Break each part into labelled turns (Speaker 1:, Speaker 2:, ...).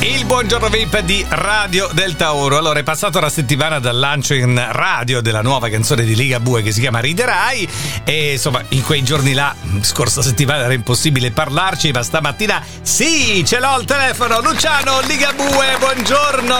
Speaker 1: Il buongiorno VIP di Radio del Tauro. Allora, è passata una settimana dal lancio in radio della nuova canzone di Liga Bue che si chiama Riderai. E insomma, in quei giorni là, mm, scorsa settimana era impossibile parlarci, ma stamattina sì, ce l'ho al telefono. Luciano Liga Bue, buongiorno.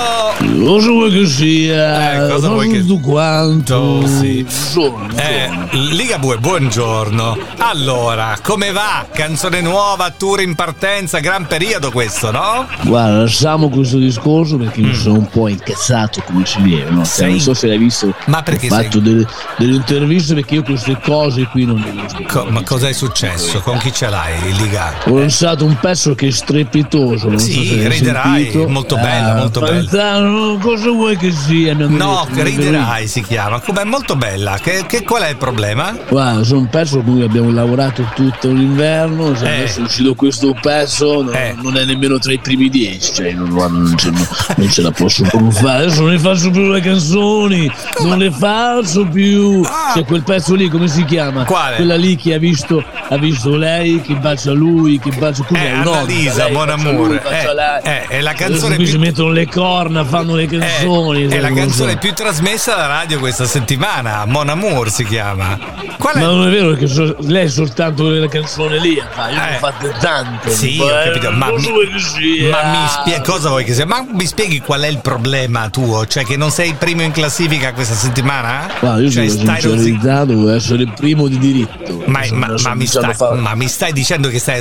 Speaker 2: Cosa vuoi che sia?
Speaker 1: Eh, cosa
Speaker 2: Ma
Speaker 1: vuoi che-
Speaker 2: tutto quanto?
Speaker 1: Oh, sì.
Speaker 2: Insomma,
Speaker 1: Eh,
Speaker 2: insomma.
Speaker 1: Liga Bue, buongiorno. Allora, come va? Canzone nuova, tour in partenza, gran periodo questo, no?
Speaker 2: Guarda, lasciamo questo discorso perché
Speaker 1: Mm.
Speaker 2: mi sono un po' incazzato come si deve. No? Cioè,
Speaker 1: Sei-
Speaker 2: Non so se l'hai visto.
Speaker 1: Ma perché
Speaker 2: Ho fatto delle, delle interviste perché io queste cose qui non le dico.
Speaker 1: Co- ma cosa è successo? Con chi ce l'hai, Liga?
Speaker 2: Ho lanciato un pezzo che è strepitoso. Non so
Speaker 1: Sì,
Speaker 2: se l'hai
Speaker 1: riderai,
Speaker 2: sentito.
Speaker 1: molto bella, molto bella.
Speaker 2: Pantano, Cosa vuoi che sia? Mi
Speaker 1: No,
Speaker 2: hanno detto, mi hanno detto.
Speaker 1: riderai si chiama. Com'è molto bella. Che, che- qual è il problema?
Speaker 2: Guarda, sono un pezzo con cui abbiamo lavorato tutto l'inverno. Se
Speaker 1: Eh.
Speaker 2: adesso è uscito questo pezzo, non,
Speaker 1: Eh.
Speaker 2: non è nemmeno tra i primi dieci. Cioè, non, non ce, non ce la posso più fare. Adesso non ne faccio più le canzoni, non le faccio più.
Speaker 1: Ah.
Speaker 2: C'è quel pezzo lì, come si chiama?
Speaker 1: Quale?
Speaker 2: Quella lì che ha visto, ha visto lei, che bacia lui, che bacia cos'è?
Speaker 1: Eh,
Speaker 2: No,
Speaker 1: Annalisa,
Speaker 2: lei,
Speaker 1: buon
Speaker 2: bacia
Speaker 1: amore.
Speaker 2: lui, bacia
Speaker 1: Eh,
Speaker 2: lei.
Speaker 1: eh, è la
Speaker 2: Adesso
Speaker 1: canzone
Speaker 2: qui
Speaker 1: più-
Speaker 2: si mettono le corna, fanno le
Speaker 1: Eh,
Speaker 2: canzoni.
Speaker 1: è
Speaker 2: sai
Speaker 1: la
Speaker 2: come
Speaker 1: canzone
Speaker 2: sono.
Speaker 1: più trasmessa alla radio questa settimana. Mon Amour si chiama. Qual è?
Speaker 2: Ma non è vero che so- lei è soltanto quella canzone lì, fa, io ne
Speaker 1: Eh.
Speaker 2: ho fatte tante. eh,
Speaker 1: Sì,
Speaker 2: ma-
Speaker 1: ho capito, ma
Speaker 2: cosa
Speaker 1: mi-
Speaker 2: vuoi che sia?
Speaker 1: Ma mi spie- cosa vuoi che sia? Ma mi spieghi qual è il problema tuo? Cioè che non sei primo in classifica questa settimana?
Speaker 2: Guarda, io
Speaker 1: Cioè,
Speaker 2: dico la
Speaker 1: stai rosicando.
Speaker 2: sincerità, dovevo essere il primo di diritto.
Speaker 1: Ma,
Speaker 2: Adesso-
Speaker 1: ma-
Speaker 2: adesso
Speaker 1: ma mi
Speaker 2: diciamo
Speaker 1: stai,
Speaker 2: fa-
Speaker 1: ma mi stai dicendo che stai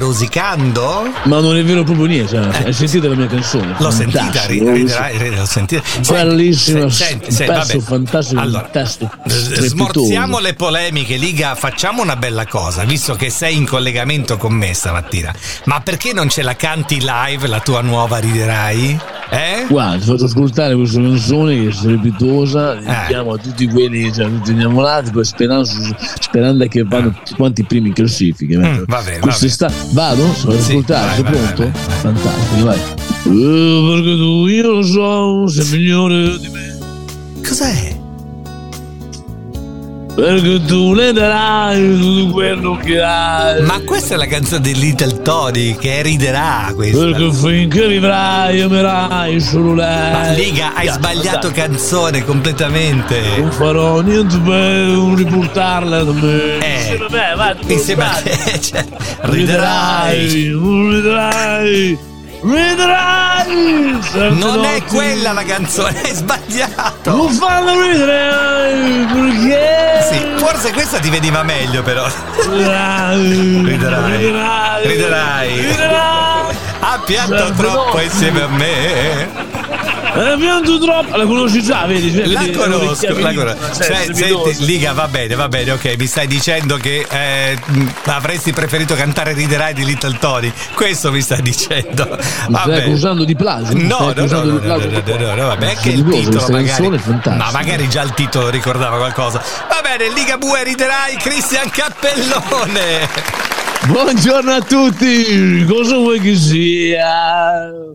Speaker 1: rosicando?
Speaker 2: ma non è vero proprio niente. cioè, Hai sentito la mia canzone?
Speaker 1: Eh. L'ho sentita,
Speaker 2: Fantastica,
Speaker 1: ri-
Speaker 2: non lo
Speaker 1: riderai, riderai, l'ho sentita.
Speaker 2: so. Bellissima,
Speaker 1: Senti, senti,
Speaker 2: un
Speaker 1: senti,
Speaker 2: pezzo
Speaker 1: vabbè.
Speaker 2: fantastico,
Speaker 1: Allora,
Speaker 2: un testo strepitoso.
Speaker 1: Smorziamo le polemiche, Liga, facciamo una bella cosa, visto che sei in collegamento con me stamattina. Ma perché non ce la canti live la tua nuova riderai? Eh?
Speaker 2: Guarda, ti faccio ascoltare questa canzone che è strepitosa,
Speaker 1: Eh.
Speaker 2: diamo a tutti quelli, cioè a tutti gli innamorati, poi sperando, sperando che vanno tutti quanti i primi in classifica.
Speaker 1: Mm, va bene, va bene.
Speaker 2: Quest'estate- Vado? Sono
Speaker 1: Sì,
Speaker 2: ascoltare,
Speaker 1: vai,
Speaker 2: sei
Speaker 1: vai,
Speaker 2: pronto?
Speaker 1: vai, vai.
Speaker 2: Fantastico, vai. Eh, perché tu, io lo so, sei migliore di me.
Speaker 1: Cos'è?
Speaker 2: Perché tu le darai tutto quello che hai.
Speaker 1: Ma questa è la canzone di Little Tony che riderà questa.
Speaker 2: Perché finché vivrai amerai solo lei.
Speaker 1: Ma Liga, hai
Speaker 2: Andiamo,
Speaker 1: sbagliato
Speaker 2: andiamo.
Speaker 1: canzone completamente.
Speaker 2: Non farò niente per riportarla da me.
Speaker 1: Eh.
Speaker 2: Insieme a me, vai, tu
Speaker 1: Insieme a
Speaker 2: vai.
Speaker 1: te, cioè, riderai.
Speaker 2: Riderai, riderai, riderai. Certe
Speaker 1: Non è
Speaker 2: notti
Speaker 1: quella la canzone, hai sbagliato.
Speaker 2: Non farlo ridere perché.
Speaker 1: Sì, forse questa ti veniva meglio però.
Speaker 2: Riderai,
Speaker 1: Riderai,
Speaker 2: riderai,
Speaker 1: riderai.
Speaker 2: riderai.
Speaker 1: Ha pianto
Speaker 2: Certo,
Speaker 1: troppo
Speaker 2: no.
Speaker 1: insieme a me.
Speaker 2: Eh, pianto troppo. La conosci già, vedi? vedi,
Speaker 1: La
Speaker 2: vedi,
Speaker 1: conosco, la conosco.
Speaker 2: Cioè,
Speaker 1: Cioè,
Speaker 2: strepitosa.
Speaker 1: senti, Liga, va bene, va bene, ok. Mi stai dicendo che eh, mh, avresti preferito cantare Riderai di Little Tony. Questo mi stai dicendo.
Speaker 2: Mi
Speaker 1: Va
Speaker 2: stai
Speaker 1: bene.
Speaker 2: accusando di plagio? Mi stai
Speaker 1: No, no, no,
Speaker 2: accusando
Speaker 1: no,
Speaker 2: di
Speaker 1: no, no,
Speaker 2: plagio?
Speaker 1: no, no, no, vabbè,
Speaker 2: Meraviglioso,
Speaker 1: che il titolo
Speaker 2: questa
Speaker 1: magari.
Speaker 2: canzone è fantastica.
Speaker 1: Ma magari già il titolo ricordava qualcosa. Va bene, Liga Bue riderai Cristian Cappellone.
Speaker 2: Buongiorno a tutti, cosa vuoi che sia?